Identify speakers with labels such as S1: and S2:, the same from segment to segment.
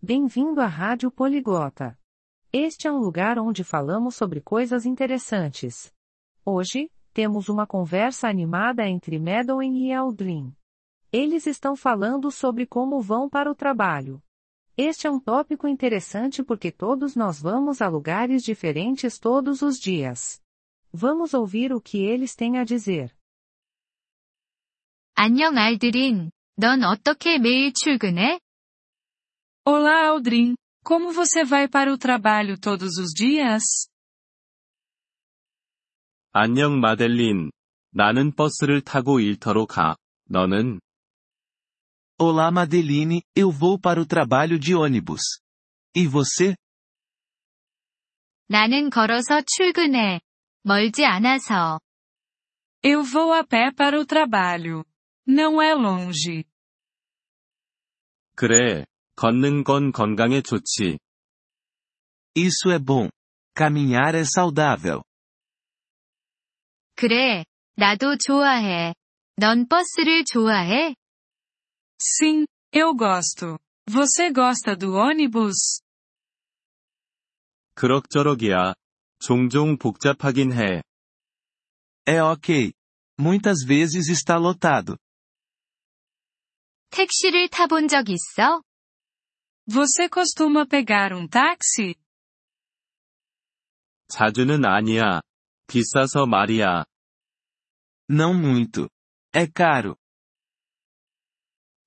S1: Bem-vindo à Rádio Poliglota. Este é um lugar onde falamos sobre coisas interessantes. Hoje, temos uma conversa animada entre Madeline e Eldrin. Eles estão falando sobre como vão para o trabalho. Este é um tópico interessante porque todos nós vamos a lugares diferentes todos os dias. Vamos ouvir o que eles têm a dizer.
S2: 안녕 알드린. 넌 어떻게 매일 출근해?
S3: Olá, Aldrin. Como você vai para o trabalho todos os dias?
S4: 안녕 마델린. 나는 버스를 타고 일터로 가. 너는?
S5: Olá, Madeline, eu vou para o trabalho de ônibus. E você?
S2: 나는 걸어서 출근해. 멀지 않아서.
S3: Eu vou a pé para o trabalho. Não é longe.
S4: 그래. 걷는 건 건강에 좋지.
S5: Isso é bom. Caminhar é saudável.
S2: 그래. 나도 좋아해. 넌 버스를 좋아해?
S3: Sim, eu gosto. Você gosta do ônibus?
S4: 그럭저럭이야. 종종 복잡하긴 해.
S5: É ok. Muitas vezes está lotado.
S2: 택시를 타본 적 있어?
S3: Você costuma pegar um táxi?
S4: 자주는 아니야. 비싸서 말이야.
S5: Não muito. É caro.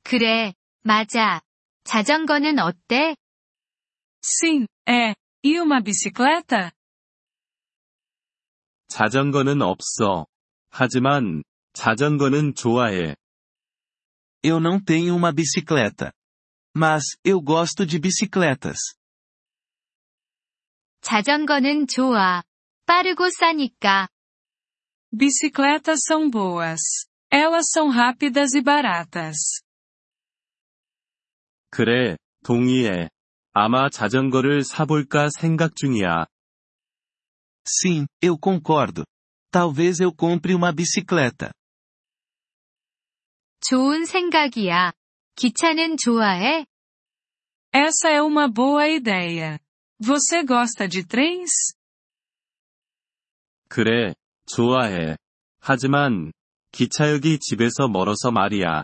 S2: 그래. 맞아. 자전거는 어때?
S3: Sim, é. E uma bicicleta?
S4: 자전거는 없어. 하지만 자전거는 좋아해.
S5: Eu não tenho uma bicicleta. Mas, eu gosto de bicicletas.
S2: 자전거는 좋아. 빠르고 싸니까.
S3: Bicicletas são boas. Elas são rápidas e baratas.
S4: 그래, 동의해. 아마 자전거를 사볼까 생각 중이야.
S5: Sim, eu concordo. Talvez eu compre uma bicicleta.
S2: 좋은 생각이야. 기차는 좋아해?
S3: Essa é uma boa ideia. Você gosta de trens?
S4: 그래, 좋아해. 하지만 기차역이 집에서 멀어서 말이야.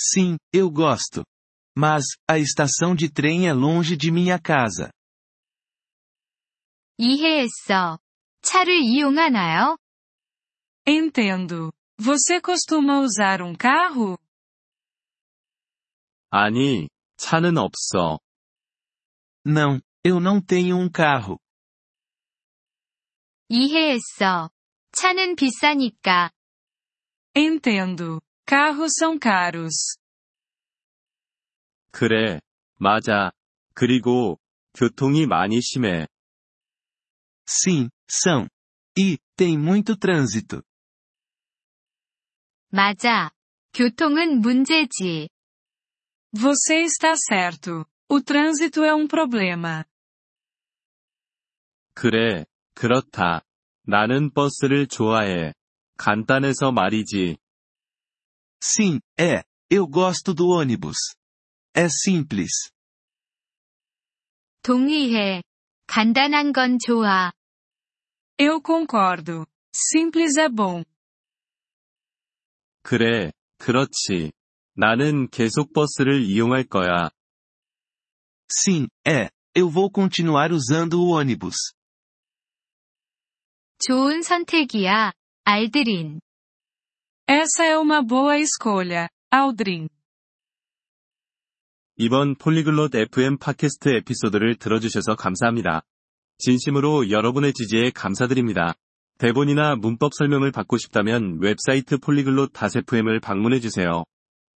S5: Sim, eu gosto. Mas, a estação de trem é longe de minha casa.
S2: 이해했어. 차를 이용하나요?
S3: Entendo. Você costuma usar um carro?
S4: 아니, 차는 없어.
S5: Não, eu não tenho um carro.
S2: 이해했어. 차는 비싸니까.
S3: Entendo. Carros são caros.
S4: 그래, 맞아. 그리고 교통이 많이 심해.
S5: Sim, são. E, tem muito trânsito.
S2: 맞아. 교통은 문제지.
S3: Você está certo. O trânsito é um problema.
S4: 그래, 그렇다. 나는 버스를 좋아해. 간단해서 말이지.
S5: Sim, é. Eu gosto do ônibus. É simples.
S2: 동의해. 간단한 건 좋아.
S3: Eu concordo. Simples é bom.
S4: 그래, 그렇지. 나는 계속 버스를 이용할 거야.
S5: Sim, é. Eu vou continuar usando o ônibus.
S2: 좋은 선택이야. 알드린.
S3: Essa é uma boa escolha, Aldrin.
S4: 이번 폴리글롯 FM 팟캐스트 에피소드를 들어주셔서 감사합니다. 진심으로 여러분의 지지에 감사드립니다. 대본이나 문법 설명을 받고 싶다면 웹사이트 폴리글롯 FM을 방문해주세요.